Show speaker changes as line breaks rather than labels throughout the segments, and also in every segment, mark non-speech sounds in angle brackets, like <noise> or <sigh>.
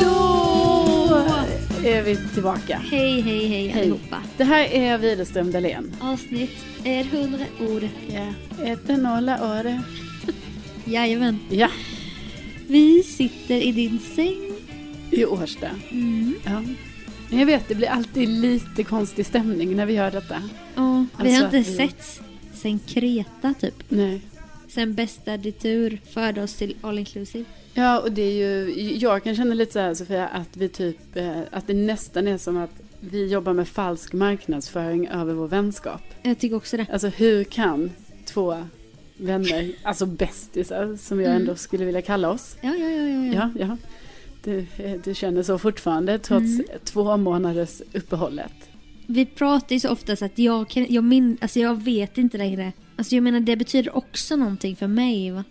Då är vi tillbaka.
Hej, hej, hej allihopa.
Det här är Widerström Dahlén.
Avsnitt är 100 ord.
Ja. Ett nolla öre.
Jajamän.
Ja,
Vi sitter i din säng.
i Årsta. Ja. Men Jag vet, det blir alltid lite konstig stämning när vi gör detta.
Ja, vi
Alltså,
har inte
mm.
setts sen Kreta typ.
Nej.
Sen bästa retur förde oss till all inclusive.
Ja, och det är ju, jag kan känna lite så här Sofia, att vi typ, eh, att det nästan är som att vi jobbar med falsk marknadsföring över vår vänskap.
Jag tycker också det.
Alltså hur kan två vänner, alltså bästisar som jag ändå skulle vilja kalla oss,
Ja, ja, ja, ja. ja.
Ja, ja. Du, eh, du känner så fortfarande trots två månaders uppehållet.
Vi pratar ju så ofta så att jag kan, jag min, alltså jag vet inte längre. Alltså jag menar det betyder också någonting för mig va.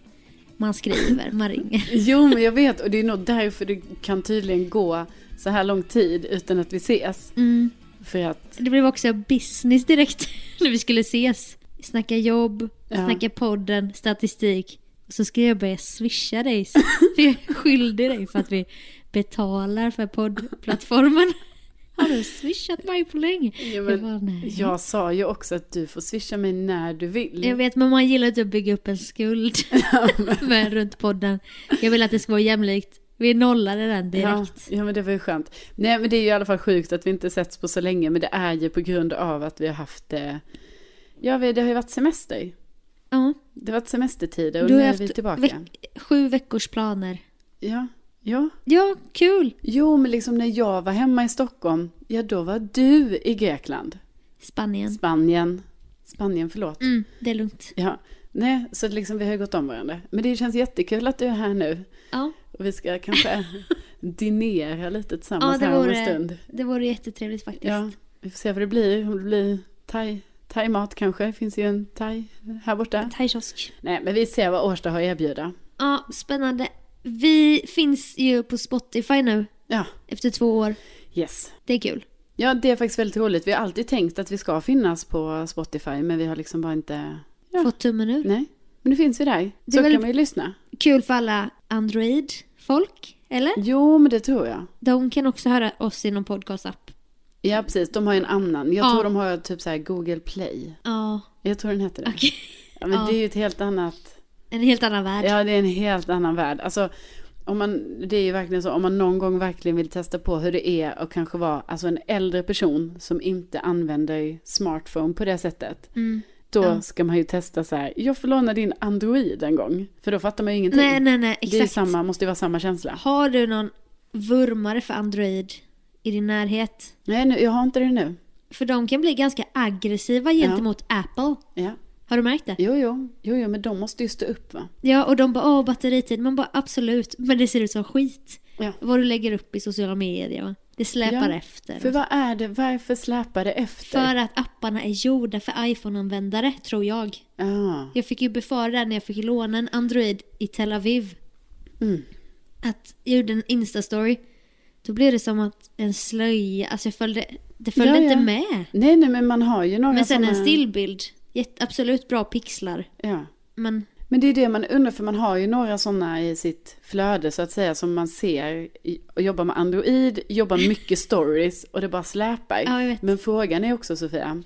Man skriver, man ringer.
Jo, men jag vet och det är nog därför det kan tydligen gå så här lång tid utan att vi ses.
Mm.
För att,
Det blev också business direkt <laughs> när vi skulle ses. Snacka jobb,
Ja.
snacka podden, statistik. Och så ska jag börja swisha
<laughs>
dig. <laughs> För jag är skyldig dig för att vi betalar för poddplattformen. <laughs> Har du swishat mig på länge?
Ja, men
jag bara, nej.
jag sa ju också att du får swisha mig när du vill.
Jag vet, men man gillar inte att bygga upp
<laughs>
en skuld <laughs> med runt podden. Jag vill att det ska vara jämlikt. Vi nollade den
Ja,
direkt.
ja, men det var ju skönt. Nej, men det är ju i alla fall sjukt att vi inte setts på så länge, men det är ju på grund av att vi har haft det. Ja, vi- det har ju varit semester.
Ja.
Det har varit semestertider och
Du
nu
har
är
haft
vi tillbaka.
veck- sju veckors planer.
Ja, ja.
Ja, kul!
Jo, men liksom när jag var hemma i Stockholm, ja då var du i Grekland.
Spanien.
Spanien. Spanien, förlåt.
Mm, det är lugnt.
Ja. Nej, så liksom vi har ju gått om varandra. Men det känns jättekul att du är här nu.
Ja,
Och vi ska kanske
<laughs>
dinera lite tillsammans
ja det,
här om en
vore,
stund.
det vore jättetrevligt faktiskt.
Ja, vi får se vad det blir. Om det blir thai, thai-mat kanske. Det finns ju en thai här
Mm.
borta.
Thaikiosk.
Nej, men vi ser vad Årsta har att erbjuda.
Ja, spännande. Vi finns ju på Spotify nu
Ja,
efter två år.
yes.
Det är kul.
Ja, det är faktiskt väldigt roligt. Vi har alltid tänkt att vi ska finnas på Spotify, men vi har liksom bara inte... Ja.
Fått tummen ur.
Nej, men nu finns vi där.
Det
Så
är väl-
kan man ju lyssna.
Kul för alla Android-folk, eller?
Jo, men det tror jag.
De kan också höra oss i någon podcast-app.
Ja, precis. De har ju en annan. Jag
Ja.
tror de har typ så här Google Play.
Ja,
Jag tror den heter det.
okej.
Ja, men
Ja.
det är ju ett helt annat...
En helt annan värld.
Ja, det är en helt annan värld. Alltså, om man, det är ju verkligen så, om man någon gång verkligen vill testa på hur det är och kanske vara alltså en äldre person som inte använder smartphone på det sättet. Då
Ja.
ska man ju testa så här, jag får låna din Android en gång. För då fattar man ju ingenting.
nej, nej, nej,
Det är
exakt.
samma, måste ju vara samma känsla.
Har du någon vurmare för Android i din närhet?
Nej, nu, jag har inte det nu.
För de kan bli ganska aggressiva gentemot Apple.
Ja.
Har du märkt det?
Jo, jo, jo, jo, men de måste ju stå upp va?
Ja, och de bara åh batteritid, man bara absolut, men det ser ut som skit.
Ja.
Vad du lägger upp i sociala medier va? Det släpar
Ja,
efter.
För vad är det, varför släpar det efter?
För att apparna är gjorda för iPhone-användare, tror jag.
Ja,
Jag fick ju befara det när jag fick låna en Android i Tel Aviv.
Mm.
Att jag gjorde en Insta-story, då blev det som att en slöja, alltså jag följde, det följde
Ja, ja.
inte med.
Nej, nej, men man har ju några
Men sen en
såna-
stillbild, Jätte, absolut bra pixlar.
Ja.
Men
Men det är det man undrar, för man har ju några sådana i sitt flöde så att säga som man ser i- och jobbar med Android, jobbar mycket stories och det bara släpar.
Ja, jag vet.
Men frågan är också Sofia,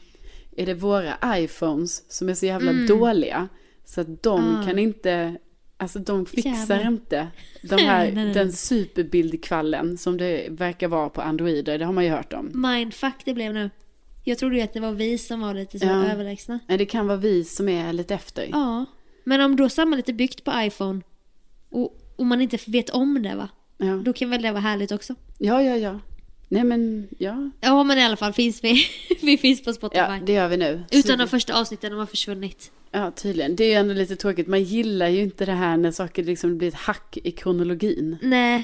är det våra iPhones som är så jävla
Mm.
dåliga så att de kan inte, alltså de fixar
Jävlar. <laughs>
inte de
Nej, nej,
här,
nej.
den superbildkvallen som det verkar vara på Androider, det har man ju hört om.
Mindfuck det blev nu. Jag trodde ju att det var vi som var lite så
Ja.
överlägsna.
Nej, det kan vara vi som är lite efter.
Ja. Men om då samhället är byggt på iPhone och, och man inte vet om det va?
Ja.
Då kan väl det vara härligt också?
ja, ja, ja. Nej men, ja.
Ja men i alla fall finns vi. <laughs> vi finns på Spotify.
Ja, det gör vi nu.
Utan de första avsnitten, de har försvunnit.
Ja, tydligen. Det är ju ändå lite tråkigt. Man gillar ju inte det här när saker liksom blir ett hack i kronologin.
Nej.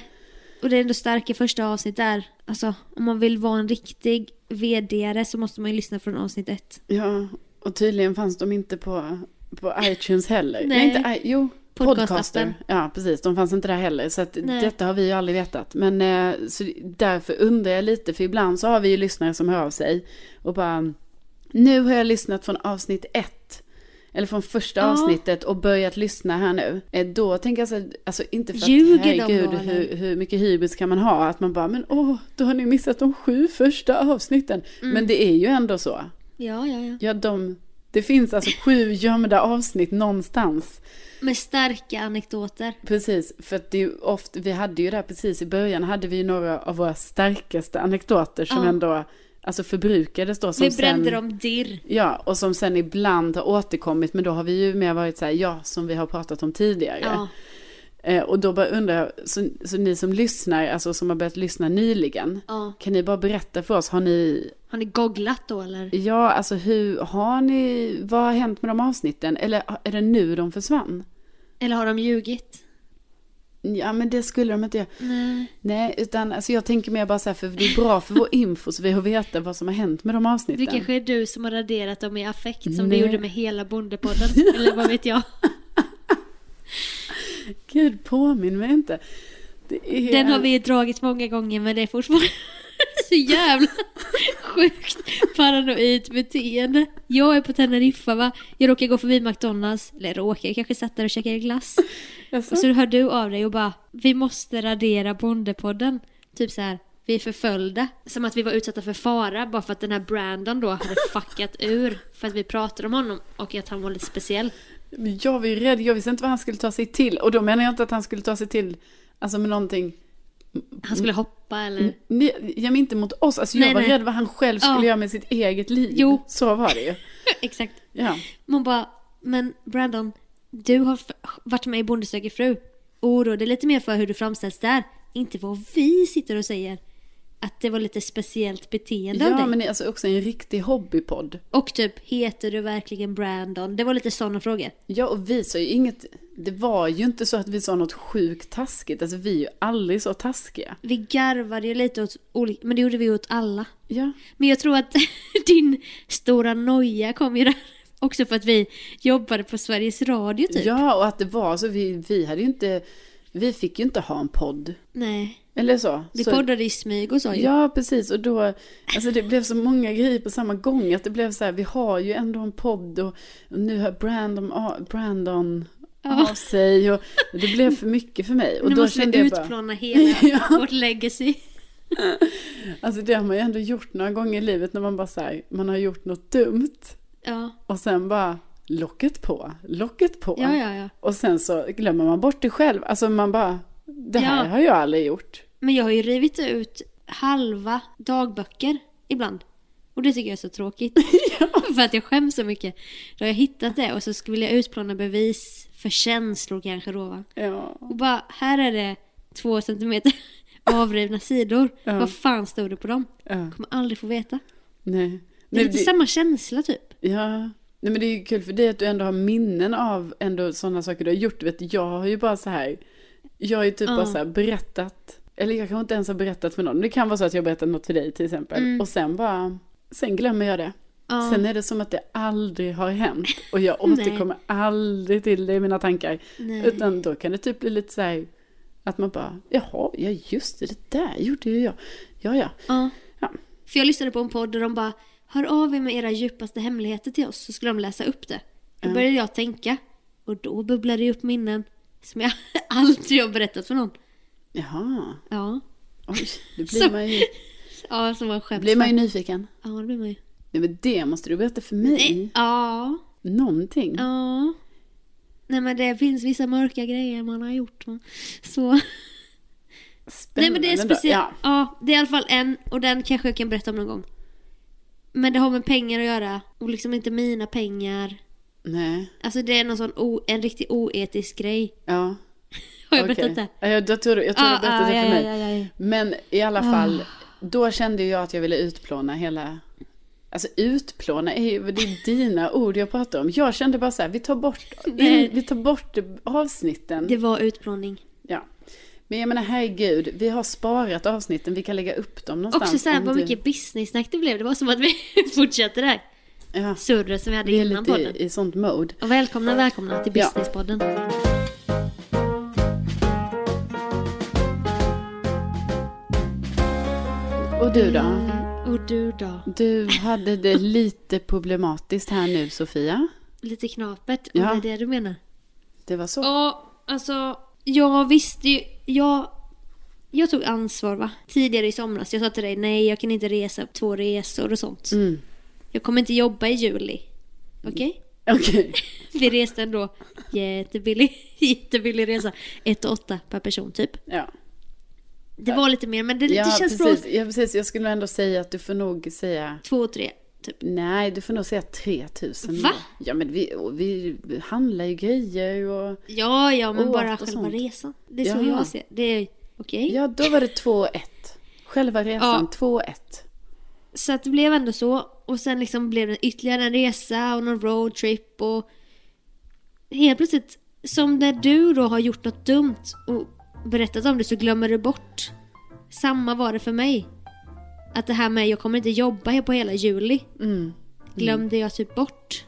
Och det är ändå starkt i första avsnitt där. Alltså om man vill vara en riktig vd så måste man ju lyssna från avsnitt ett.
Ja, och tydligen fanns de inte på, på iTunes heller.
Nej.
inte, I- jo,
Podcastappen.
podcaster. Ja, precis. De fanns inte där heller. Så att
Nej.
detta har vi ju aldrig vetat. Men eh, så därför undrar jag lite, för ibland så har vi ju lyssnare som hör av sig och bara Nu har jag lyssnat från avsnitt ett. Eller från första
Ja.
avsnittet och börjat lyssna här nu. Eh, Då tänker jag så här, alltså inte för att
Ljuger de
herregud
då, eller?
hur, hur mycket hybris kan man ha? Att man bara men åh, då har ni missat de sju första avsnitten.
Mm.
Men det är ju ändå så.
Ja, ja, ja.
Ja, de, det finns alltså sju gömda avsnitt någonstans.
Med starka anekdoter.
Precis, för att det är ju ofta, vi hade ju där precis i början, hade vi ju några av våra starkaste anekdoter som
Ja.
ändå alltså förbrukades då. Som
vi brände
sen,
dem dirr.
Ja, och som sen ibland har återkommit, men då har vi ju mer varit så här, ja, som vi har pratat om tidigare.
Ja.
Eh, och då bara undrar jag, så, så ni som lyssnar, alltså som har börjat lyssna nyligen,
Ja.
kan ni bara berätta för oss, har ni
Har ni googlat då eller?
Ja, alltså hur har ni, vad har hänt med de avsnitten? Eller är det nu de försvann?
Eller har de ljugit?
Ja, men det skulle de inte göra.
Nej.
Nej, utan alltså jag tänker mer bara så här, för det är bra för vår info så vi har veta vad som har hänt med de avsnitten.
Det kanske är du som har raderat dem i affekt som
Nej.
du gjorde med hela <laughs> Bondepodden. eller vad vet jag.
Gud, påminn mig inte. Det är...
Den har vi dragit många gånger men det är fortfarande <laughs> så jävla sjukt paranoid beteende. Jag är på Teneriffa va. Jag råkar gå förbi McDonalds. Eller råkar, jag kanske satt där och käkade glass.
Jaså?
Och så hör du av dig och bara Vi måste radera Bondepodden. Typ så här. Vi är förföljda. Som att vi var utsatta för fara bara för att den här Brandon
<laughs>
då hade fuckat ur. För att vi pratade om honom och att han var lite speciell.
Men Jag var ju rädd, jag visste inte vad han skulle ta sig till. Och då menar jag inte att han skulle ta sig till, alltså med någonting,
Han skulle hoppa
Mm. <laughs>
eller...
nej, jag menar inte mot oss, alltså
Nej,
jag var
nej.
rädd vad han själv skulle
Ja.
göra med sitt eget liv.
Jo.
Så var det ju.
Exakt.
Ja.
Man bara, men Brandon, du har f- varit med i Bonde söker fru. Oroa dig lite mer för hur du framställs där. Inte vad vi sitter och säger. Att det var lite speciellt beteende av
Ja,
dig.
men det är alltså också en riktig hobbypodd.
Och typ, heter du verkligen Brandon? Det var lite sådana frågor.
Ja, och vi sa ju inget, det var ju inte så att vi sa något sjukt taskigt, alltså vi är ju aldrig så taskiga.
Vi garvade ju lite åt olika, men det gjorde vi åt alla.
Ja,
Men jag tror att <laughs> din stora noja kom ju där. Också för att vi jobbade på Sveriges Radio typ.
ja och att det var så, vi, vi hade ju inte, vi fick ju inte ha en podd.
Nej.
Eller så.
Vi
så
poddade i smyg och så ju.
Ja, precis. Och då, alltså det blev så många grejer på samma gång. Att det blev så här, vi har ju ändå en podd och och nu har Brandon, a- Brandon av sig. Och det blev för mycket för mig. Och
nu
då
måste
kände
vi
jag bara, <laughs>
utplåna hela vårt legacy.
alltså det har man ju ändå gjort några gånger i livet när man bara så här, man har gjort något dumt.
Ja,
Och sen bara locket på, locket på.
ja, ja. ja.
Och sen så glömmer man bort det själv. Alltså man bara, det här
Ja.
har jag aldrig gjort.
Men jag har ju rivit ut halva dagböcker ibland. Och det tycker jag är
<laughs>
så tråkigt. För att jag skäms så mycket. Då har jag hittat det och så skulle- vill jag utplåna bevis för känslor kanske då va.
Ja.
Och bara, här är det två centimeter <laughs> avrivna sidor. Vad fan stod det på dem?
Ja.
Kommer aldrig få veta.
Nej.
Det
Nej,
är lite
det-
samma känsla typ.
Ja. Nej men det är ju kul för dig att du ändå har minnen av ändå sådana saker du har gjort. Du Vet, jag har ju bara så här, jag har ju typ bara så här berättat, eller jag kanske inte ens har berättat för någon. Det kan vara så att jag har berättat något för dig till exempel. Och sen bara, sen glömmer jag det.
Mm. Ja.
Sen är det som att det aldrig har hänt. Och
<laughs>
jag återkommer aldrig till det i mina tankar.
Nej.
Utan då kan det typ bli lite så här, att man bara, jaha, ja just det, det där gjorde ju jag. Ja, ja.
Ja.
Ja.
För jag lyssnade på en podd där de bara Hör av er med era djupaste hemligheter till oss så skulle de läsa upp det. Då började jag tänka och då bubblade det upp minnen som jag <laughs> aldrig har berättat för någon.
Jaha,
Ja,
oj, det
Så-
blir man ju,
ja som var skämt.
blir man Mm. ju nyfiken.
Ja, det blir man ju.
Det- Nej men det måste du berätta för mig.
Nej, ja.
Någonting.
Ja. Nej men det finns vissa mörka grejer man har gjort. va. Så. Nej men det är
Spännande.
speciellt.
Ja.
Ja. det är i alla fall en och den kanske jag kan berätta om någon gång. Men det har med pengar att göra och liksom inte mina pengar.
Nej.
Alltså det är någon sån o, en riktigt oetisk grej.
Ja.
Har jag berättat
okej.
det?
Ja, Jag, jag tror du jag tror
Ja,
du berättade
ja,
det för mig.
ja, ja, Ah. ja, ja.
Men i alla fall, då kände jag att jag ville utplåna hela... Alltså utplåna är ju det är dina ord jag pratar om. Jag kände bara så här, vi tar bort,
<laughs> Nej.
vi tar bort avsnitten.
Det var utplåning.
Ja. Men jag menar herregud, vi har sparat avsnitten, vi kan lägga upp dem någonstans.
Också såhär
om
vad
du-
mycket business-snack det blev. Det var som att vi <laughs> fortsatte det här
Ja,
surret som vi hade
vi är
innan
lite
podden.
i, i sånt mode.
Och välkomna, välkomna till
Ja.
businesspodden.
Och du då?
Och du då?
Du hade det lite problematiskt här nu Sofia.
Lite knapert,
Ja.
om det är det du menar.
Det var så.
Ja, alltså. Jag visste ju. Jag, jag tog ansvar va? Tidigare i somras. Jag sa till dig nej, jag kan inte resa på två resor och sånt.
Mm.
Jag kommer inte jobba i juli. Okej?
Okej.
Vi reste ändå jättebillig, <laughs> jättebillig resa. 1 8 per person typ.
Ja.
Det var lite mer men det,
Ja,
det känns
precis.
bra.
ja, precis. Jag skulle ändå säga att du får nog säga...
Två och tre typ.
Nej, du får nog säga 3000.
Va?
Ja, men vi, och vi handlar ju grejer och...
Ja, ja men
Åt
bara
och
själva
sånt.
resan. Det är så
Jaha.
jag ser det. är- Okej?
Ja, då var det 2-1. Själva resan,
Ja.
2-1.
Så att det blev ändå så. Och sen liksom blev det ytterligare en resa och någon roadtrip och... Helt plötsligt, som när du då har gjort något dumt och berättat om det så glömmer du bort. Samma var det för mig. Att det här med jag kommer inte jobba på hela juli. Glömde jag typ bort.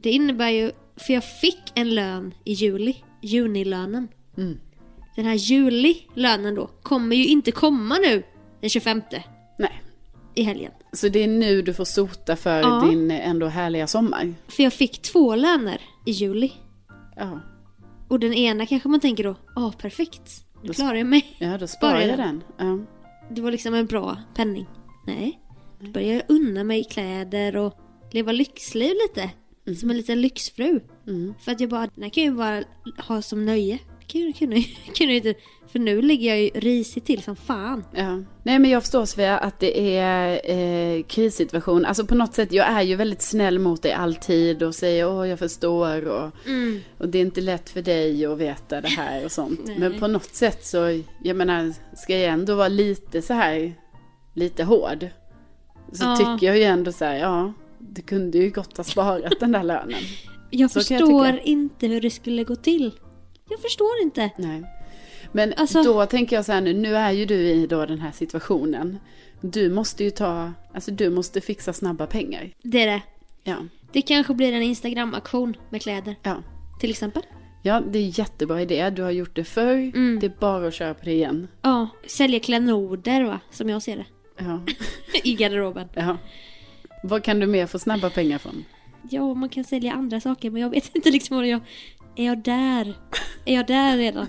Det innebär ju, för jag fick en lön i juli. Junilönen. Den här julilönen då kommer ju inte komma nu den 25
Nej.
i helgen.
Så det är nu du får sota för
Ja.
din ändå härliga sommar.
För jag fick två löner i juli.
Ja,
Och den ena kanske man tänker då, ja perfekt. Nu klarar jag mig.
ja då sparar jag den. Ja.
Det var liksom en bra penning. Nej. Då började jag unna mig kläder och leva lyxliv lite.
Mm.
Som en liten lyxfru. För att jag bara, den här kan jag ju bara ha som nöje. Kan jag, kan jag, kan jag inte. För nu ligger jag ju risigt till som fan.
Ja. Nej men jag förstår Svea att det är eh, krissituation. Alltså på något sätt, jag är ju väldigt snäll mot dig alltid och säger åh jag förstår och, och det är inte lätt för dig att veta det här och sånt. men på något sätt så, jag menar, ska jag ändå vara lite så här, lite hård. Så
Ja.
tycker jag ju ändå så här, ja, du kunde ju gott ha sparat den där lönen.
Jag
Så kan jag
förstår
tycka.
inte hur det skulle gå till. Jag förstår inte.
Nej. Men
Alltså-
då tänker jag så här nu, nu är ju du i då den här situationen. Du måste ju ta, alltså du måste fixa snabba pengar.
Det är det.
Ja,
Det kanske blir en Instagram-aktion med kläder.
ja.
Till exempel.
Ja, det är en jättebra idé. Du har gjort det förr.
Mm.
Det är bara att köra på det igen.
Ja, sälja klenoder va, som jag ser det. <laughs>
Ja,
I garderoben.
<laughs> ja. Vad kan du mer få snabba pengar från?
Ja, man kan sälja andra saker men jag vet inte liksom om jag... Är jag där? Är jag där redan?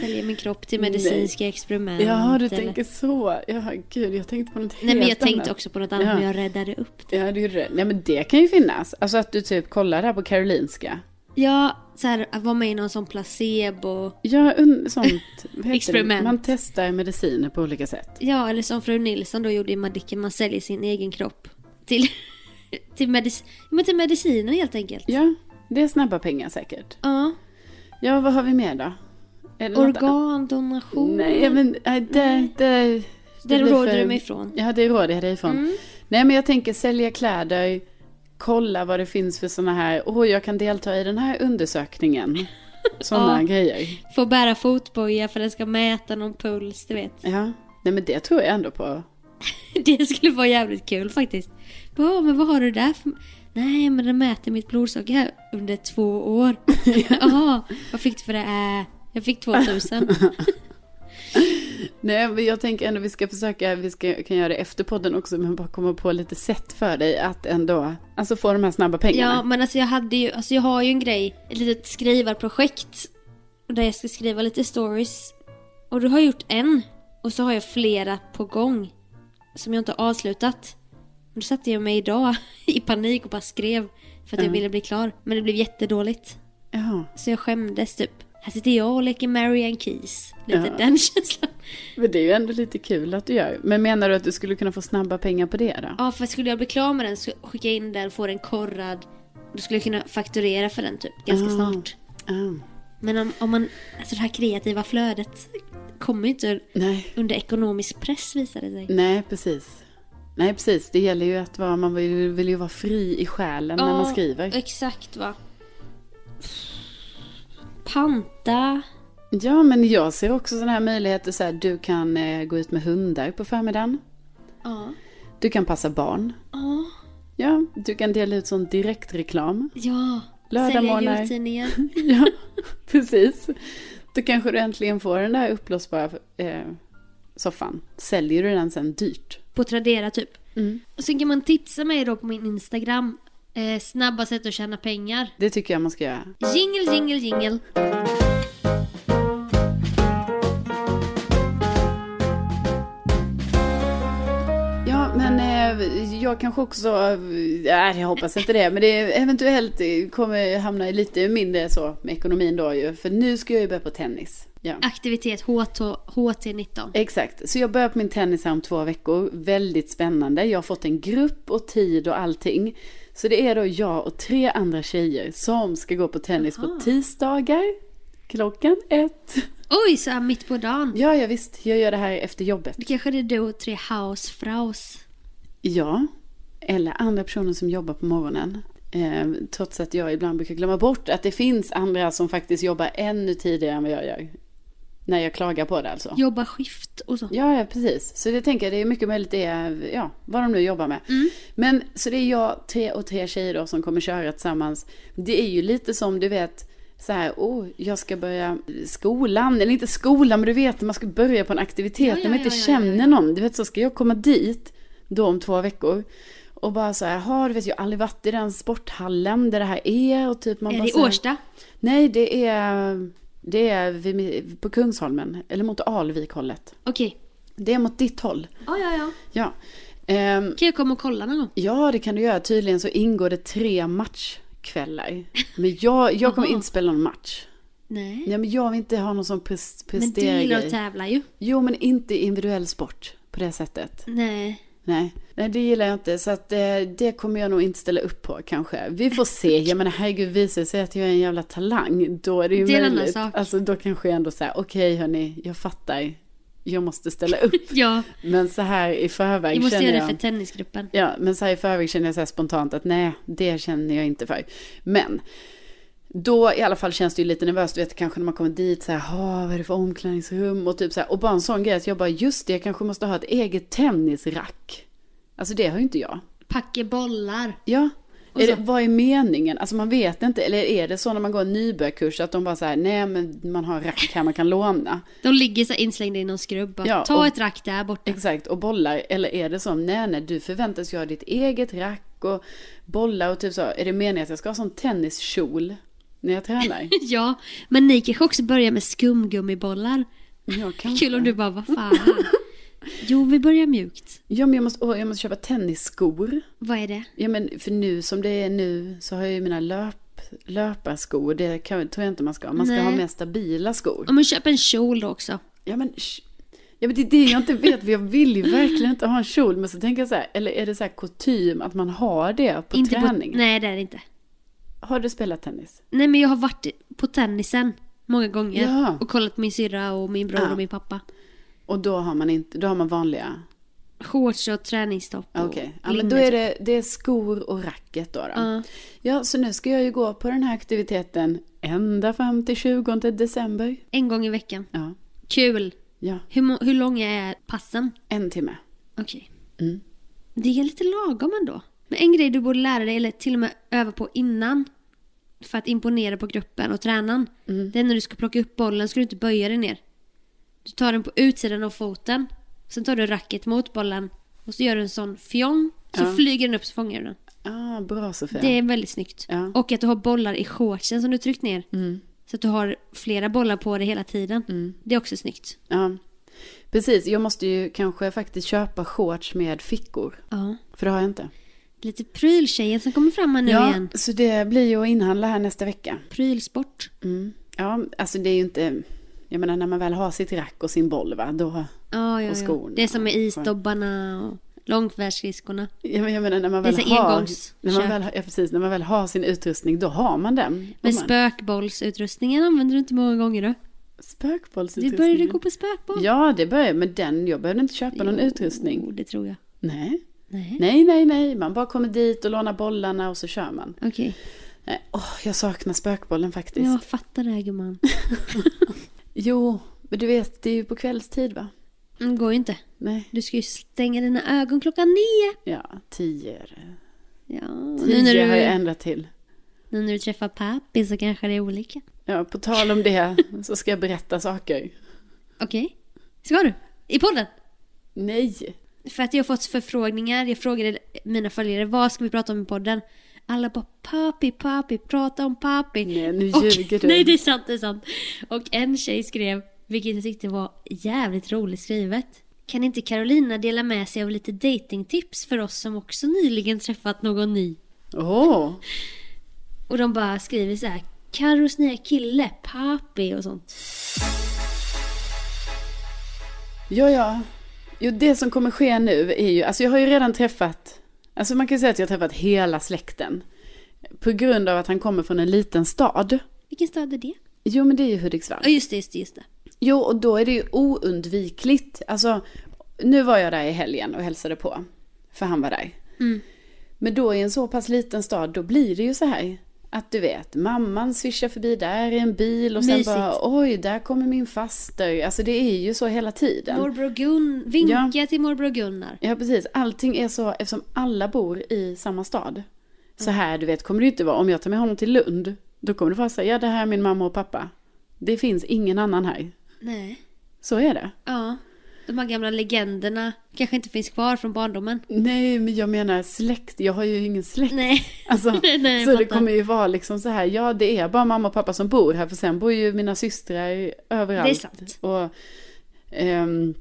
Sälja min kropp till medicinska experiment.
Ja, du
eller-
tänker så. Ja, gud, jag tänkte på något helt
Nej men jag
annat.
tänkte också på något annat
Ja.
men jag räddade upp.
Ja, det gjorde det. Nej, men det kan ju finnas. Alltså att du typ kollar där på Karolinska.
Ja, så här, att vara med i någon sån placebo.
Ja, un- sånt. vad heter det?
Experiment.
Man testar mediciner på olika sätt.
Ja, eller som fru Nilsson då gjorde i Madicken, man säljer sin egen kropp. Till, <laughs> till, medic- men till medicinen helt enkelt.
Ja, det är snabba pengar säkert.
Ja,
Ja, vad har vi mer då? Är det något annat?
organdonation.
Nej, men nej, det... det
Där
blir
råder
för-
du mig ifrån. Mm.
Ja, det råder jag dig ifrån. Nej, men jag tänker sälja kläder, kolla vad det finns för sådana här, åh, jag kan delta i den här
<laughs>
undersökningen. Sådana
Ja.
grejer.
Får bära fotboja för den ska mäta någon puls, du vet. <laughs>
Ja. Nej, men det tror jag ändå på.
Det skulle vara jävligt kul faktiskt. Ja, men vad har du där för... Nej, men den mäter mitt blodsocker här under två år. Jaha, vad fick du för det? Äh, jag fick 2000.
Nej, men jag tänker ändå vi ska försöka, vi ska, kan göra det efter podden också, men bara komma på lite sätt för dig att ändå, alltså få de här snabba pengarna.
Ja, men alltså jag hade ju... Alltså jag har ju en grej, ett litet skrivarprojekt. Där jag ska skriva lite stories. Och du har jag gjort en. Och så har jag flera på gång. Som jag inte har avslutat. Men Då satte jag mig idag <laughs> i panik och bara skrev. För
Mm.
att jag ville bli klar. Men det blev jättedåligt.
Jaha.
Så jag skämdes typ. Här sitter jag och leker Marianne Keys. Lite
Ja.
den <laughs> känslan.
Men det är ju ändå lite kul att du gör. Men menar du att du skulle kunna få snabba pengar på det då?
Ja, för skulle jag bli klar med den så skickar jag in den, får den korrad. Då skulle jag kunna fakturera för den typ ganska
Ah.
snart.
Ah.
Men om, om man, alltså det här kreativa flödet kommer ju inte
Nej.
under ekonomisk press visar det sig.
Nej, precis. Nej, precis. Det gäller ju att vara, man vill, vill ju vara fri i själen när man
Ja,
skriver.
Exakt va. Panta.
Ja, men jag ser också sådana här möjligheter så här, du kan eh, gå ut med hundar på förmiddagen.
Ja.
Du kan passa barn.
Ja.
Ja, du kan dela ut sån direktreklam. <laughs>
Ja.
Lördagmorgnar.
Sälja
<laughs>
jultidningar.
Ja, precis. Då kanske du äntligen får den där uppblåsbara eh, soffan. Säljer du den sen dyrt?
På Tradera typ.
Mm.
Och sen kan man tipsa mig då på min Instagram. Eh, snabba sätt att tjäna pengar.
Det tycker jag man ska göra.
Jingle, jingle, jingle.
Ja, men eh, jag kanske också, nej jag hoppas inte det, men det är- eventuellt eh, kommer jag hamna i lite mindre så med ekonomin då ju, för nu ska jag ju börja på tennis. Ja.
Ah. Aktivitet HT, HT19.
Exakt, så jag börjar på min tennis här om två veckor. Väldigt spännande. Jag har fått en grupp och tid och allting. Så det är då jag och tre andra tjejer som ska gå på tennis på tisdagar klockan ett.
Oj, så här mitt på dagen.
Ja, ja visst, jag gör det här efter jobbet.
Det kanske det är du och tre housefraus.
Ja, eller andra personer som jobbar på morgonen. Eh, trots att jag ibland brukar glömma bort att det finns andra som faktiskt jobbar ännu tidigare än vad jag gör. När jag klagar på det alltså.
Jobba skift och så.
Ja, ja, precis. Så det tänker jag, det är mycket möjligt det är, ja, vad de nu jobbar med.
Mm.
Men så det är jag, tre och tre tjejer då som kommer köra tillsammans. Det är ju lite som, du vet, så här, oh, jag ska börja skolan, eller inte skolan, men du vet, man ska börja på en aktivitet
Ja,
när man
ja,
inte
ja, ja,
känner
ja, ja.
någon. Du vet, så ska jag komma dit då om två veckor. Och bara så här, ha, du vet, jag har aldrig varit i den sporthallen där det här är och typ man
Är
bara
det
så här-
Årsta?
Nej, det är, det är vid, på Kungsholmen, eller mot Alvik-hållet.
Okej.
Det är mot ditt håll.
Ja, ja, ja.
Ja. Ehm,
Kan jag komma och kolla någon gång?
ja, det kan du göra. Tydligen så ingår det tre matchkvällar. Men jag, jag kommer
Aha.
inte spela någon match.
Nej.
Ja, men jag vill inte ha någon som pres-
men du gillar att
presterar
tävla ju.
Jo, men inte i individuell sport på det sättet.
Nej.
Nej, nej det gillar jag inte. Så att, eh, det kommer jag nog inte ställa upp på kanske. Vi får se. Jag menar herregud, visar det sig att jag är en jävla talang, då är det ju
Det är en annan
möjligt.
sak.
Alltså då kanske jag ändå säger, okej hörni, jag fattar. Jag måste ställa
<laughs>
upp.
Ja,
Men så här i förväg
vi måste
känner
göra
jag...
det för tennisgruppen.
Ja, men så här i förväg känner jag så här spontant att nej, det känner jag inte för. Men då i alla fall känns det ju lite nervöst, du vet kanske när man kommer dit så här, "Ha, vad är det för omklädningsrum och typ så här. Och bara en sån grej att jag bara, just det, jag kanske måste ha ett eget tennisrack. Alltså det har ju inte jag.
Packa bollar.
Ja. Är
så-
det, vad är meningen? Alltså man vet inte, eller är det så när man går en nybörjarkurs att de bara säger nej men man har rack här man kan låna.
De ligger så här inslängda i någon skrubb. bara,
Ja,
Ta
och-
ett rack där borta.
Exakt, och bollar. Eller är det som, nej nej, du förväntas göra ditt eget rack och bollar och typ så. Är det meningen att jag ska ha sån tenniskjol när jag
<laughs>
tränar?
<laughs> Ja, men ni kanske också börjar med skumgummibollar.
Jag kan...
Kul om du bara, vad fan. jo, vi börjar mjukt.
Ja men jag måste, åh, jag måste köpa tennisskor.
Vad är det?
Ja men för nu som det är nu så har jag ju mina löp, löparskor. Det kan, tror jag inte man ska ha. Man ska
Nej.
ha mer stabila skor.
Om man köper en kjol då också.
Ja men, sh- ja, men det är det jag inte vet. för Jag vill ju verkligen inte ha en kjol. Men så tänker jag så här, eller är det så här kutym att man har det på
inte
träning?
På, nej, det är det inte.
Har du spelat tennis?
Nej, men jag har varit på tennisen många gånger.
Ja.
Och kollat på min syrra och min bror
Ja.
och min pappa.
Och då har man, inte, då har man vanliga?
Shorts och träningstopp
Ja,
och
Okej, ja, men
linne,
då är
typ.
det, det är skor och racket då. då.
Ja.
Ja, så nu ska jag ju gå på den här aktiviteten ända fram till 20 december.
En gång i veckan.
Ja,
Kul!
ja
Hur, må- hur långa är passen?
en timme.
Okej.
Mm.
Det är lite lagom ändå. Men en grej du borde lära dig, eller till och med öva på innan, för att imponera på gruppen och tränaren,
Mm.
det är när du ska plocka upp bollen ska du inte böja dig ner. Du tar den på utsidan av foten, sen tar du racket mot bollen och så gör du en sån fjong, så flyger den upp så fångar du den.
Ah, bra Sofia.
Det är väldigt snyggt.
Ja.
Och att du har bollar i shortsen som du Mm. tryckt ner. Så att du har flera bollar på dig hela tiden. Det är också snyggt.
Ja. Precis, jag måste ju kanske faktiskt köpa shorts med fickor.
Ja.
För det har jag inte.
Lite pryltjejen som kommer fram här nu
ja,
igen.
så det blir ju att inhandla här nästa vecka.
Prylsport.
Mm. Ja, alltså det är ju inte... Jag menar när man väl har sitt rack och sin boll va, då...
Ja, ja,
Och
ja.
skorna.
Det är som med isdobbarna och långfärdsskridskorna.
Jag men- jag menar när man
Det är
väl
så
har...
engångsköp.
När man väl, har- ja, precis, när man väl har sin utrustning, då har man den.
Men
man,
spökbollsutrustningen använder du inte många gånger då? Du
spökbollsutrustning.
började gå på spökboll.
Ja, det började men den, jag behövde inte köpa någon
Jo,
utrustning.
det tror jag.
Nej.
Nej.
Nej, nej, nej. Man bara kommer dit och lånar bollarna och så kör man.
Okej.
Nej, åh, jag saknar spökbollen faktiskt.
Jag fattar det här <laughs> gumman.
Jo, men du vet, det är ju på kvällstid va?
Det Mm, går ju inte.
Nej.
Du ska ju stänga dina ögon klockan nio.
Ja, tio är det.
Ja.
Tio
Nu när,
har
du,
jag ändrat till.
nu när du träffar pappi så kanske det är olika.
Ja, på tal om det så ska jag berätta saker.
Okej. Ska du? I podden?
Nej!
För att jag har fått förfrågningar. Jag frågade mina följare vad ska vi prata om i podden? Alla bara papi, papi, prata om papi.
Nej, nu
Och-
ljuger du.
Nej, det är sant, det är sant. Och en tjej skrev, vilket jag tyckte var jävligt roligt skrivet. Kan inte Carolina dela med sig av lite datingtips för oss som också nyligen träffat någon ny?
Åh!
Och de bara skriver så här. Carros nya kille, papi och sånt.
Ja, ja. Jo, det som kommer ske nu är ju, alltså jag har ju redan träffat, alltså man kan ju säga att jag har träffat hela släkten. På grund av att han kommer från en liten stad.
Vilken stad är det?
Jo, men det är ju Hudiksvall.
Ja, just det, just det, just det.
Jo, och då är det ju oundvikligt. Alltså, nu var jag där i helgen och hälsade på. För han var där. Men då i en så pass liten stad, då blir det ju så här. Att du vet, mamman svischar förbi där i en bil och sen
Mysigt.
bara oj, där kommer min faster. Alltså det är ju så hela tiden.
Morbror Gun, vinka till morbror Gunnar.
Ja, precis. Allting är så, eftersom alla bor i samma stad. Så här, du vet, kommer det ju inte vara, om jag tar med honom till Lund, då kommer det vara så här, ja det här är min mamma och pappa. Det finns ingen annan här.
Nej.
Så är det.
Ja. De här gamla legenderna kanske inte finns kvar från barndomen.
Nej, men jag menar släkt. Jag har ju ingen släkt.
Nej.
<laughs> Alltså,
<laughs> Nej, nej, jag
så det
fattar.
kommer ju vara liksom så här, ja det är bara mamma och pappa som bor här, för sen bor ju mina systrar överallt.
Det är sant.
Och, ehm,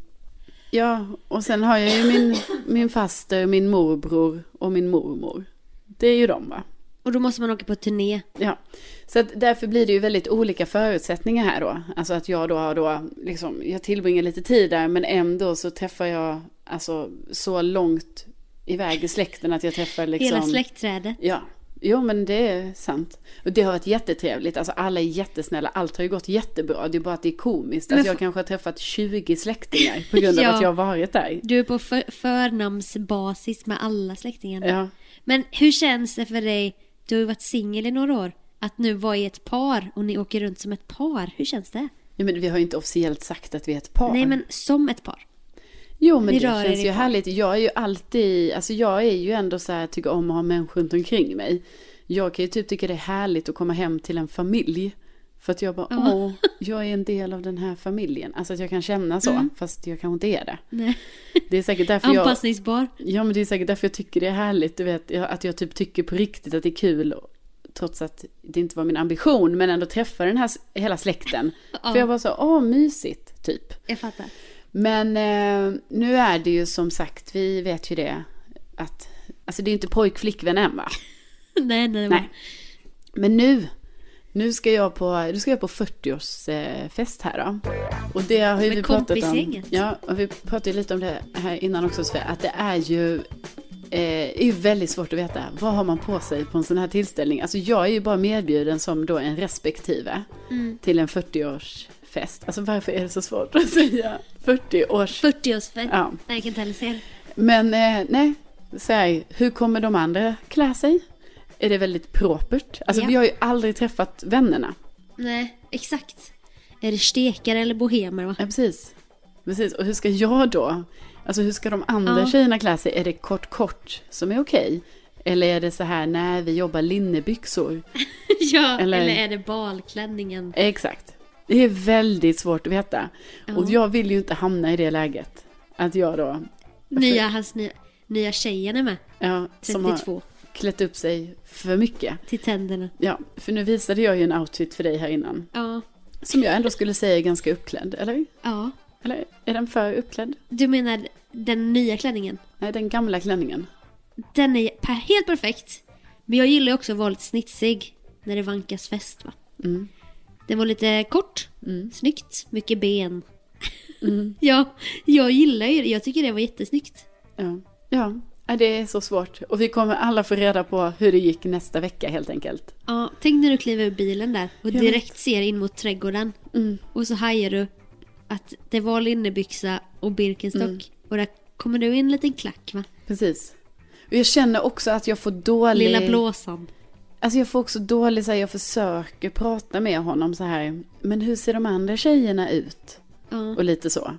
ja, och sen har jag ju min, min faster, min morbror och min mormor. Det är ju de va?
Och då måste man åka på turné.
Ja, så att därför blir det ju väldigt olika förutsättningar här då. Alltså att jag då har då, liksom, jag tillbringar lite tid där men ändå så träffar jag alltså så långt iväg i släkten att jag träffar liksom.
Hela släktträdet.
Ja, jo men det är sant. Och det har varit jättetrevligt, alltså alla är jättesnälla, allt har ju gått jättebra, det är bara att det är komiskt. Alltså
Men
jag
fa-
kanske har träffat 20 släktingar på grund av
<laughs> Ja.
att jag har varit där.
Du är på för- förnamnsbasis med alla släktingar.
Ja.
Men hur känns det för dig, du har ju varit singel i några år, att nu vara i ett par och ni åker runt som ett par. Hur känns det?
ja, men vi har ju inte officiellt sagt att vi är ett par.
Nej men som ett par.
Jo men
Ni
det
rör er
känns
i
ju
par.
härligt. Jag är ju alltid, alltså jag är ju ändå så här, tycker om att ha människor runt omkring mig. Jag kan ju typ tycka det är härligt att komma hem till en familj. För att jag bara, åh, jag är en del av den här familjen. Alltså att jag kan känna så,
Mm.
fast jag kanske inte är det.
Nej.
Det är säkert därför jag,
Anpassningsbar.
ja men det är säkert därför jag tycker det är härligt, du vet, jag- att jag typ tycker på riktigt att det är kul. och- Trots att det inte var min ambition, men ändå träffa den här, s- hela släkten.
Ja.
För jag bara så, åh mysigt, typ.
Jag fattar. <laughs>
Men eh, nu är det ju som sagt, vi vet ju det, att alltså det är ju inte pojk-flickvän än va?
nej, nej,
Nej.
nej.
Men nu, nu ska jag på, nu ska jag på 40-årsfest här då. Och det har ju
Med
vi pratat om.
kompisgänget.
Ja, och vi pratade ju lite om det här innan också Sofia, att det är ju Eh, är ju väldigt svårt att veta. Vad har man på sig på en sån här tillställning? Alltså jag är ju bara medbjuden som då en respektive
Mm.
till en 40-årsfest. Alltså varför är det så svårt att säga 40-årsfest?
40-årsfest.
Ja.
Nej, jag kan inte heller se det.
Men eh, nej, så här, hur kommer de andra klä sig? Är det väldigt propert? Alltså
Ja.
vi har ju aldrig träffat vännerna.
Nej, exakt. Är det stekare eller bohemer va? <laughs>
Ja, precis. Precis, och hur ska jag då? Alltså hur ska de andra
Ja.
tjejerna klä sig? Är det kort kort som är okej? Eller är det så här, nej vi jobbar linnebyxor?
ja, eller...
Eller- Eh,
är det balklänningen?
Exakt. Det är väldigt svårt att veta. Och jag vill ju inte hamna i det läget. Att jag då,
Nya, hans nya, nya tjejen är med.
ja, som har
32.
klätt upp sig för mycket.
Till tänderna.
Ja, för nu visade jag ju en outfit för dig här innan.
Ja.
Som jag ändå skulle säga är ganska uppklädd, eller?
Ja.
Eller är den för uppklädd?
Du menar den nya klänningen?
Nej, den gamla klänningen.
Den är per- helt perfekt. Men jag gillar ju också att vara lite snitsig när det vankas fest va.
Mm.
Den var lite kort, snyggt, mycket ben. <laughs> ja, jag gillar ju det. Jag tycker det var jättesnyggt.
Ja. ja, Nej, det är så svårt. Och vi kommer alla få reda på hur det gick nästa vecka helt enkelt.
Ja, tänk när du kliver ur bilen där och
Jag Mm.
direkt ser in mot trädgården. Och så hajar du att det var linnebyxa och Birkenstock.
Mm.
Och där kommer du in en liten klack va?
Precis. Och jag känner också att jag får dålig...
Lilla blåsan.
Alltså jag får också dålig, så här, jag försöker prata med honom så här. Men hur ser de andra tjejerna ut?
Ja.
Och lite så.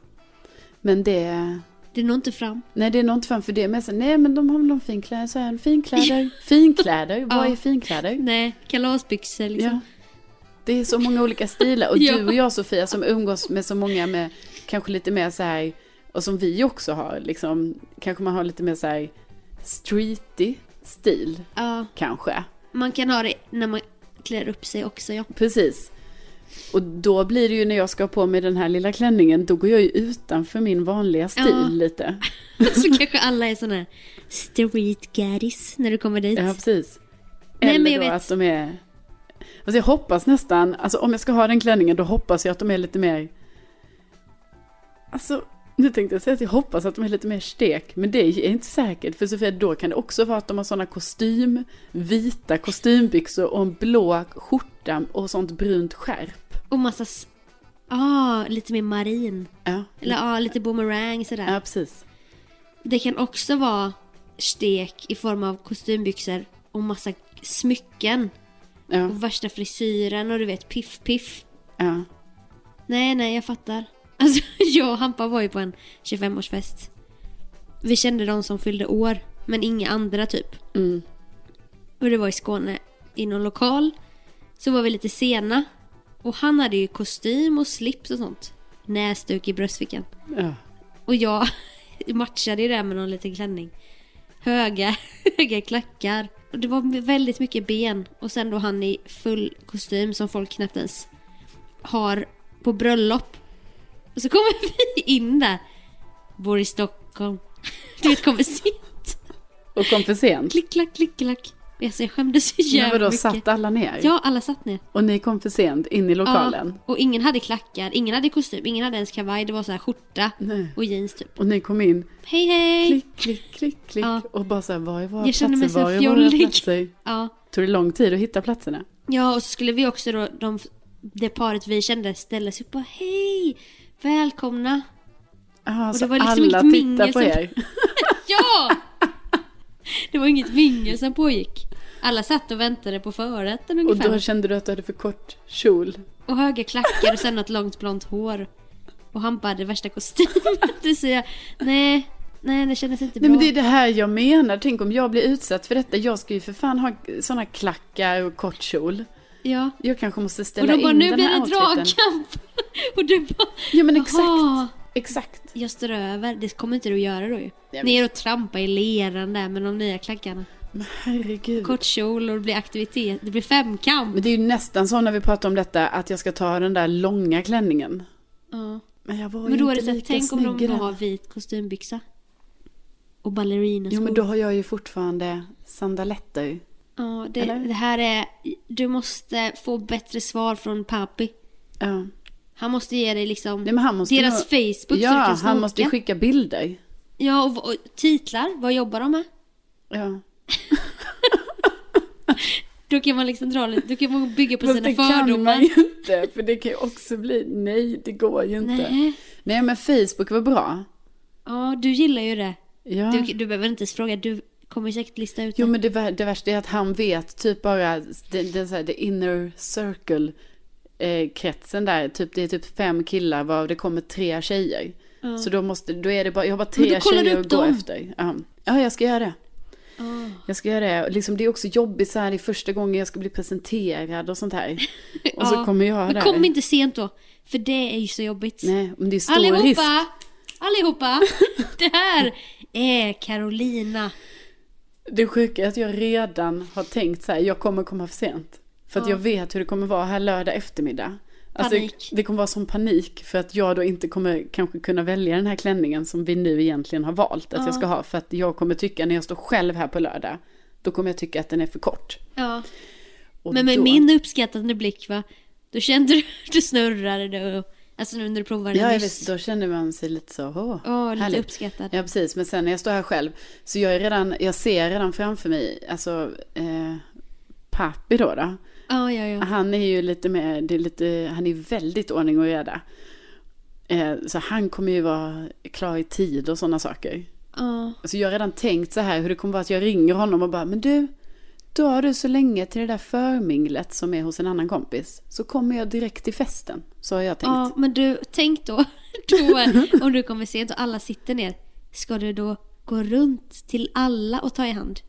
Men det...
Det når inte fram.
Nej, det är nog inte fan för det. Men jag säger, nej, men de har väl någon finkläder, så här,
<laughs>
finkläder, finkläder, vad
Ja.
är finkläder?
Nej, kalasbyxor liksom.
Ja. Det är så många olika stilar. Och
<laughs> Ja.
du och jag Sofia som umgås med så många med kanske lite mer så här, och som vi också har, liksom, kanske man har lite mer så här streety stil,
Ja,
kanske.
man kan ha det när man klär upp sig
<laughs>
också ja.
Precis. Och då blir det ju när jag ska ha på mig den här lilla klänningen, då går jag ju utanför min vanliga stil
Ja.
lite.
så kanske alla är såna här street gaddies när du kommer dit.
Ja,
Ja,
precis.
Nej,
Eller
men jag
då
vet.
att de är... Alltså jag hoppas nästan, alltså om jag ska ha den klänningen då hoppas jag att de är lite mer... Alltså, nu tänkte jag säga att jag hoppas att de är lite mer stek, men det är inte säkert. För Sofia, då kan det också vara att de har sådana kostym, vita kostymbyxor och en blå skjorta och sånt brunt skärp.
Och massa... s- Ja, lite mer marin.
Ja,
Eller ja, lite boomerang sådär.
ja precis.
Det kan också vara stek i form av kostymbyxor och massa smycken.
Ja,
Och värsta frisyren och du vet piff-piff.
ja.
Nej, nej, jag fattar. <laughs> Alltså, jag och Hampa var ju på en 25-årsfest. Vi kände de som fyllde år, men inga andra typ.
Mm.
Och det var i Skåne, i någon lokal. Så var vi lite sena. Och han hade ju kostym och slips och sånt. Näsduk i bröstfickan.
ja.
Och jag <laughs> matchade ju det med någon liten klänning. Höga, <laughs> höga klackar. Och det var väldigt mycket ben. Och sen då han i full kostym som folk knappt ens har på bröllop. Och så kommer <laughs> vi in där. Bor i Stockholm. <laughs> Du vet, kommer sent.
Och kom för sent.
Klick, klack, klick, klack. Alltså jag skämdes så
Men
jävla
vadå,
mycket.
satt alla ner?
Ja, alla satt ner.
Och ni kom för sent in i lokalen?
Ja, och ingen hade klackar, ingen hade kostym, ingen hade ens kavaj. Det var så här skjorta och jeans typ.
Och ni kom in
Hej, hej!
klick, klick, klick, klick.
Ja.
Och bara så här, var är våra
Jag känner mig
platser, var
så
är våra
fjollig.
platser?
Ja.
Tog det lång tid att hitta platserna?
Ja, och så skulle vi också då, de, det paret vi kände ställa sig upp och bara hej, välkomna.
Ah, så
det var liksom
alla
inget
tittar
mingel
på
som-
er.
Ja! <laughs> Det var inget mingel som pågick. Alla satt och väntade på förrätten
Och
ungefär.
då
Och,
kände du att du hade för kort kjol.
höga klackar och sen något långt blont hår. Och han bara hade värsta kostymen. <laughs> Det säger jag, nej, nej det kändes inte
Nej
bra.
men det är det här jag menar, tänk om jag blir utsatt för detta. Jag ska ju för fan ha sådana klackar och kort kjol.
Ja.
Jag kanske måste
Och
ställa
de bara,
in
nu
den
blir
här
det
outfiten.
dragkamp. <laughs> Och du bara,
Ja men exakt,
"Jaha."
exakt.
Jag står över, det kommer inte du göra då ju.
men-
Ner och trampa i leran där med de nya klackarna.
Men herregud.
kort kjol och det blir aktivitet. Det blir femkamp.
Men det är ju nästan så när vi pratar om detta att jag ska ta den där långa klänningen.
Ja.
Men jag var
Men
ju
då är
inte
det så här,
lika
tänk om de
snygg i
då
den.
har vit kostymbyxa.
Jo
Och ballerinaskor.
men då har jag ju fortfarande sandaletter.
Ja, det,
Eller?
det här är... Du måste få bättre svar från pappi.
Ja.
Han måste ge dig liksom
Nej, men han måste
deras
nog-
Facebook
Ja,
så du kan
han
snoka.
måste ju skicka bilder.
Ja, och, och titlar. Vad jobbar de med?
Ja.
Då kan man liksom dra lite... Då kan man bygga på
Fast
sina
det kan man
fördomar.
ju inte, för det kan ju också bli, nej det går ju inte.
Nej.
Nej, men Facebook var bra.
Ja, du gillar ju det.
Ja.
Du, du behöver inte ens fråga. Du kommer säkert lista ut
Jo
det.
men det, vär- det värsta är att han vet typ bara det, det, är så här, the inner circle eh, kretsen där, typ, det är typ fem killar varav det kommer tre tjejer. Så då, måste, då är det bara, jag har bara
Men då
tre
kollar du
tjejer att
upp
gå
dem. Ah.
efter. Ja. ja, jag ska göra det. Jag ska göra det. Och Liksom, det är också jobbigt så här, det är första gången jag ska bli presenterad och sånt
<laughs>
här. <laughs> Och så
Ja.
kommer jag
Men
där.
kom inte sent då. För det är ju så jobbigt.
Nej, men det är stor
Allihopa!
risk. <laughs>
Allihopa! Det här är Carolina.
Det sjuka är att jag redan har tänkt så här, jag kommer komma för sent. För att jag vet hur det kommer vara här lördag eftermiddag. Alltså,
Panik.
Det kommer vara sån panik för att jag då inte kommer kanske kunna välja den här klänningen som vi nu egentligen har valt att jag ska ha. För att jag kommer tycka när jag står själv här på lördag, då kommer jag tycka att den är för kort.
Ja.
Och
Men med
då,
min uppskattande blick va, då kände du <laughs> du snurrade det och, alltså nu när du provade
Ja,
den
jag visst, då känner man sig lite så, åh,
Åh, lite
härligt.
uppskattad.
Ja, precis. Men sen när jag står här själv, så jag, är redan, jag ser redan framför mig, alltså, eh, Papi då då.
Ja, ja, ja.
Han är ju lite mer, det är lite, han är väldigt ordning och reda. Eh, så han kommer ju vara klar i tid och sådana saker.
Ja.
Så jag har redan tänkt så här hur det kommer vara att jag ringer honom och bara, men du, drar du så länge till det där förminglet som är hos en annan kompis så kommer jag direkt till festen. Så har jag tänkt.
ja, men du, tänk då, <laughs>
<laughs>
då om du kommer sent och alla sitter ner, ska du då gå runt till alla och ta i hand?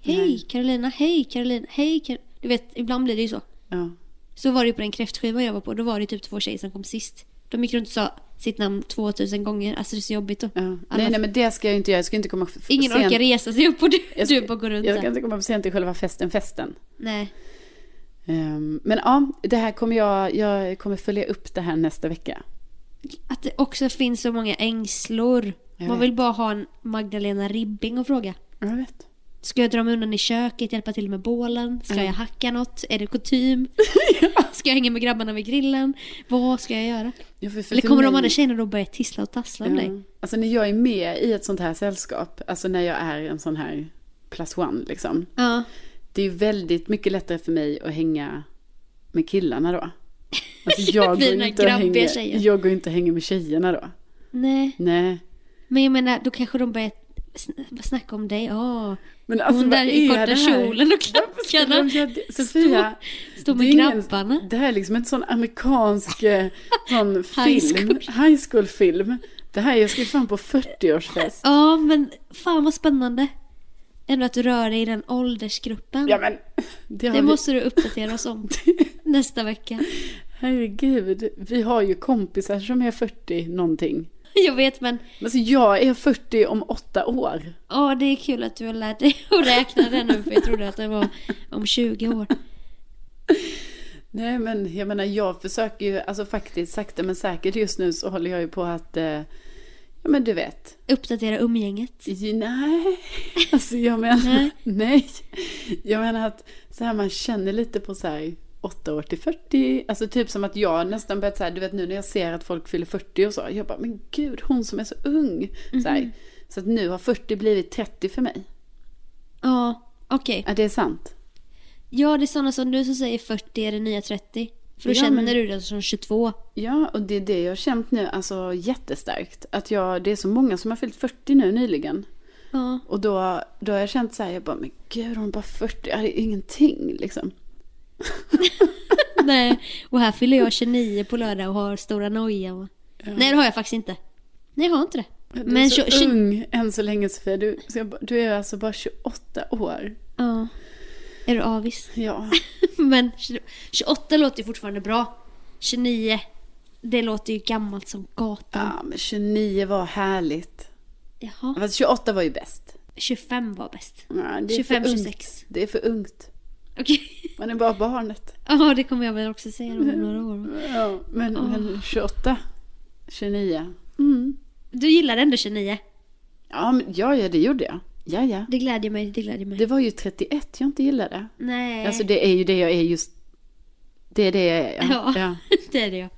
Hej Carolina, hej Carolina, hej Kar Du vet, ibland blir det ju så.
Ja.
Så var det ju på den kräftskivan jag var på, då var det typ två tjejer som kom sist. De gick runt och sa sitt namn 2000 gånger, alltså det är så jobbigt då.
Ja.
Alla-
Nej, nej, men det ska jag inte göra. Jag ska inte komma f-
Ingen
sent.
orkar resa sig upp och du,
Jag
du
ska-
bara går runt
Jag
där.
ska inte komma för sent till själva festen, festen.
Nej.
Ehm, men ja, det här kommer jag, jag kommer följa upp det här nästa vecka.
Att det också finns så många ängslor.
Jag
Man
vet.
vill bara ha en Magdalena Ribbing och fråga.
Jag vet.
Ska jag dra mig undan i köket, hjälpa till med bålen? Ska jag hacka något? Är
<laughs>
det kutym? Ska jag hänga med grabbarna vid grillen? Vad ska jag göra?
Ja, för- för-
Eller
för
kommer de
mig-
andra tjejerna då börja tissla och tassla om dig?
Ja. Alltså när jag är med i ett sånt här sällskap, alltså när jag är en sån här plus one liksom.
Ja.
Det är väldigt mycket lättare för mig att hänga med killarna då. Alltså
<laughs>
jag, går
Vi
ju
den här
inte och
grabbiga
hänger,
tjejen.
jag går ju inte och hänger med tjejerna då.
Nej.
Nej.
Men jag menar, då kanske de börjar sn- snacka om dig. Åh,
Men alltså,
hon
vad
där i
är
korta
det här?
kjolen och
Varför skulle de göra
klackarna.
det? Sofia,
Stå, stå
det är
med
ingen-
grabbarna.
Det här är liksom inte sån amerikansk
<laughs>
eh, sån film,
High school.
high school film. Det här, jag ska ju fan på
<laughs>
40-årsfest.
Ja, men fan vad spännande. Ändå att du rör dig i den åldersgruppen.
Ja men, det har
det
vi-
måste du uppdatera oss om <laughs>
<laughs>
nästa vecka. <laughs>
Herregud, vi har ju kompisar som är 40 någonting.
Jag vet men,
Men så jag är 40 om åtta år.
ja det är kul att du har lärt dig att räkna det nu för jag trodde att det var om 20 år.
Nej men jag menar jag försöker ju, alltså faktiskt sakta men säkert just nu så håller jag ju på att, eh, ja men du vet.
Uppdatera umgänget.
Ju- Nej, <laughs> alltså jag menar,
Nej.
nej. Jag menar att så här man känner lite på så här 8 år till 40, alltså typ som att jag nästan börjat så här, du vet nu när jag ser att folk fyller 40 och så, jag bara men gud hon som är så ung. Så, här. så att nu har 40 blivit 30 för mig.
Ja, okej.
Ja det är sant.
Ja det är sådana som du som säger 40 är det nya 30. För då
Ja,
känner
men-
du dig som 22.
Ja, och det är det jag har känt nu, alltså jättestarkt. Att jag, det är så många som har fyllt 40 nu nyligen.
Ja.
Och då, då har jag känt så här, jag bara, men gud, hon är bara 40, jag är ingenting <laughs> liksom.
Nej, och här fyller jag 29 på lördag och har stora nojan. va? Nej det har jag faktiskt inte. Nej jag har inte det.
Du är så
tjo- tjo-
ung än så länge Sofia, du, så jag, bara- du är alltså bara 28 år.
Ja. Är du avis? <laughs>
Ja,
Men 20 28 låter ju fortfarande bra. 29, det låter ju gammalt som gatan.
ja men 29 var härligt.
Jaha.
Fast 28 var ju bäst.
25 var bäst. <laughs>
Ja, det är
25,
för ungt.
26.
Det är för ungt.
Okej.
Man är bara barnet.
Ja, det kommer jag väl också säga om några år.
Ja, men, men 28, 29.
Du gillade ändå 29.
Ja, men, ja, ja, det gjorde jag. Ja, ja.
Det glädjer mig, det glädjer mig.
Det var ju 31 jag inte gillade.
Nej.
Alltså det är ju det jag är just. Det är det jag är.
ja,
Ja. ja.
<laughs> det är det ja.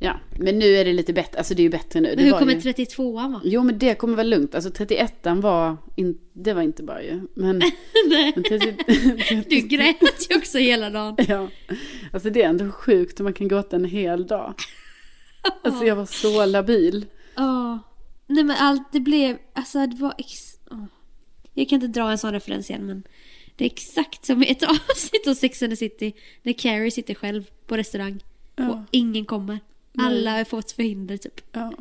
ja. Men nu är det lite bättre. Alltså det är ju bättre nu. Det
Men hur
var
kommer
ju...
32an vara?
Jo men det kommer vara lugnt. Alltså 31 var, in... det var inte bra ju. Men, <laughs> men 30...
Du grät ju också hela dagen.
ja. Alltså det är ändå sjukt om man kan gråta en hel dag. Alltså jag var så labil.
Ja. Nej men allt det blev, alltså det var ex... åh. Jag kan inte dra en sån referens igen men det är exakt som i ett <laughs> avsnitt av Sex and the City när Carrie sitter själv på restaurang och ingen kommer. Alla har fått förhinder typ.
Ja,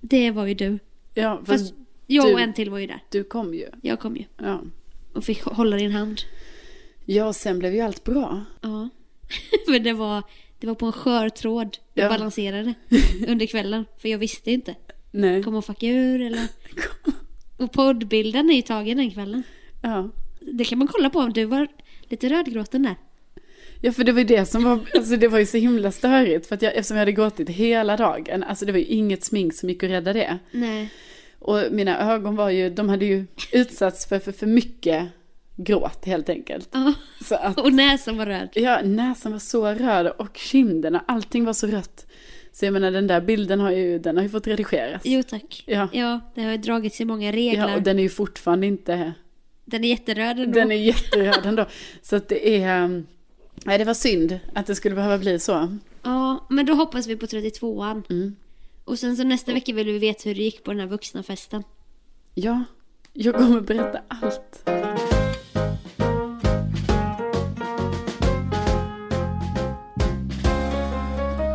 Det var ju du.
ja fast,
Fast jag och
du-
en till var ju där.
du kom ju.
Jag kom ju
Ja.
och fick hålla din hand.
ja, och sen blev ju allt bra.
Ja. <laughs> För det var, det var på en skör tråd. Jag
Ja.
balanserade under kvällen för jag visste inte.
Nej.
Kommer hon fucka ur eller? Och poddbilden är ju tagen den kvällen.
<laughs> Ja.
Det kan man kolla på om du var lite rödgråten där.
Ja för det var ju det som var, alltså det var ju så himla störigt för att jag, eftersom jag hade gråtit hela dagen, alltså det var ju inget smink som gick att rädda det.
Nej.
Och mina ögon var ju, de hade ju utsatts för för, för mycket gråt helt enkelt.
Ja. <laughs>
Så att,
Och näsan var röd.
ja näsan var så röd och kinderna, allting var så rött. Så jag menar den där bilden har ju, den har ju fått redigeras.
Jo tack.
Ja.
det har ju dragits i många regler.
Ja och
den...
den är ju fortfarande inte
är jätteröd ändå.
Den är jätteröd ändå. Så att det är... ehm, Nej, det var synd att det skulle behöva bli så.
Ja, men då hoppas vi på 32an.
Mm.
Och sen så nästa vecka vill vi veta hur det gick på den här vuxna festen.
Ja, jag kommer berätta allt.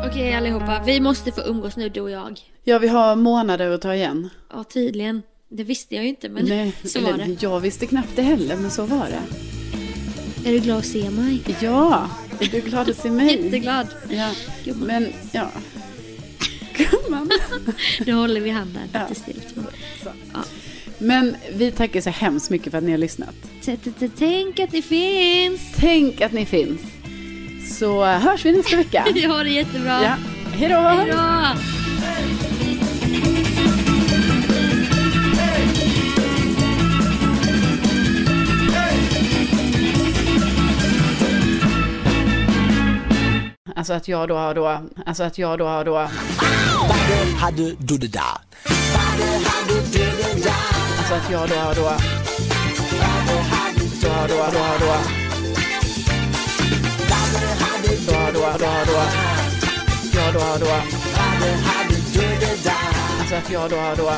Okej allihopa, vi måste få umgås nu du och jag.
Ja, vi har månader att ta igen.
Ja, tydligen. Det visste jag ju inte men
Nej,
<laughs> så var
eller,
det.
Jag visste knappt det heller, men så var det.
Är du glad att se mig?
Ja, är du glad att se mig?
Jätteglad.
Ja,
Gumman.
men ja. Gumman.
<laughs> Nu håller vi handen lite stilt.
Men vi tackar så hemskt mycket för att ni har lyssnat.
T- t- t- Tänk att ni finns!
Tänk att ni finns. Så hörs vi nästa
<laughs>
vecka.
Vi har det jättebra.
Ja, hej då!
Hej då!
Alltså att jag då har då, alltså att jag då har då.
hade du det där?
Alltså att jag då har då. Då har då, då har då. Då har då, då har då. Jag då har då. Alltså att jag då har då.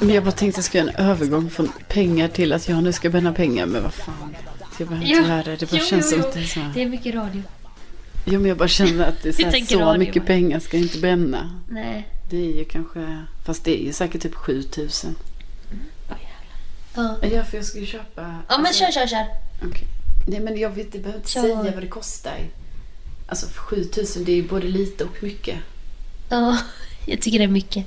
Men jag bara tänkte jag ska göra en övergång från pengar till att jag nu ska bränna pengar. Men vad fan. Jag behöver inte höra det. Det bara
Jo,
känns
jo,
som
jo.
att det är så här.
Det är mycket radio.
Jo men jag bara känner att det är så,
Jag
här,
tänker
så
radio.
mycket pengar ska jag inte bränna.
Nej.
Det är ju kanske, fast det är ju säkert typ 7000.
Ja.
Ja för jag ska ju köpa. alltså,
Ja men kör, kör, kör.
Okej. Nej men jag vet, det behöver inte
Så-
säga vad det kostar. Alltså för 7000 det är ju både lite och mycket.
Ja, jag tycker det är mycket.